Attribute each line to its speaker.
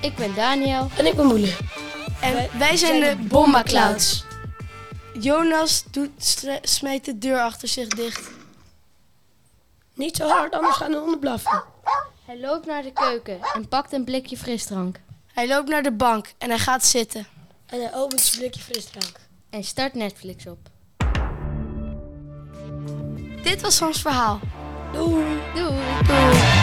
Speaker 1: Ik ben Daniel.
Speaker 2: En ik ben Moele.
Speaker 3: En wij zijn de Bomba Clouds. Jonas doet, stre- smijt de deur achter zich dicht.
Speaker 2: Niet zo hard, anders gaan de honden blaffen.
Speaker 1: Hij loopt naar de keuken en pakt een blikje frisdrank.
Speaker 3: Hij loopt naar de bank en hij gaat zitten.
Speaker 2: En hij opent zijn blikje frisdrank.
Speaker 1: En start Netflix op.
Speaker 3: Dit was ons verhaal.
Speaker 2: Doei!
Speaker 1: Doei!
Speaker 3: Doei.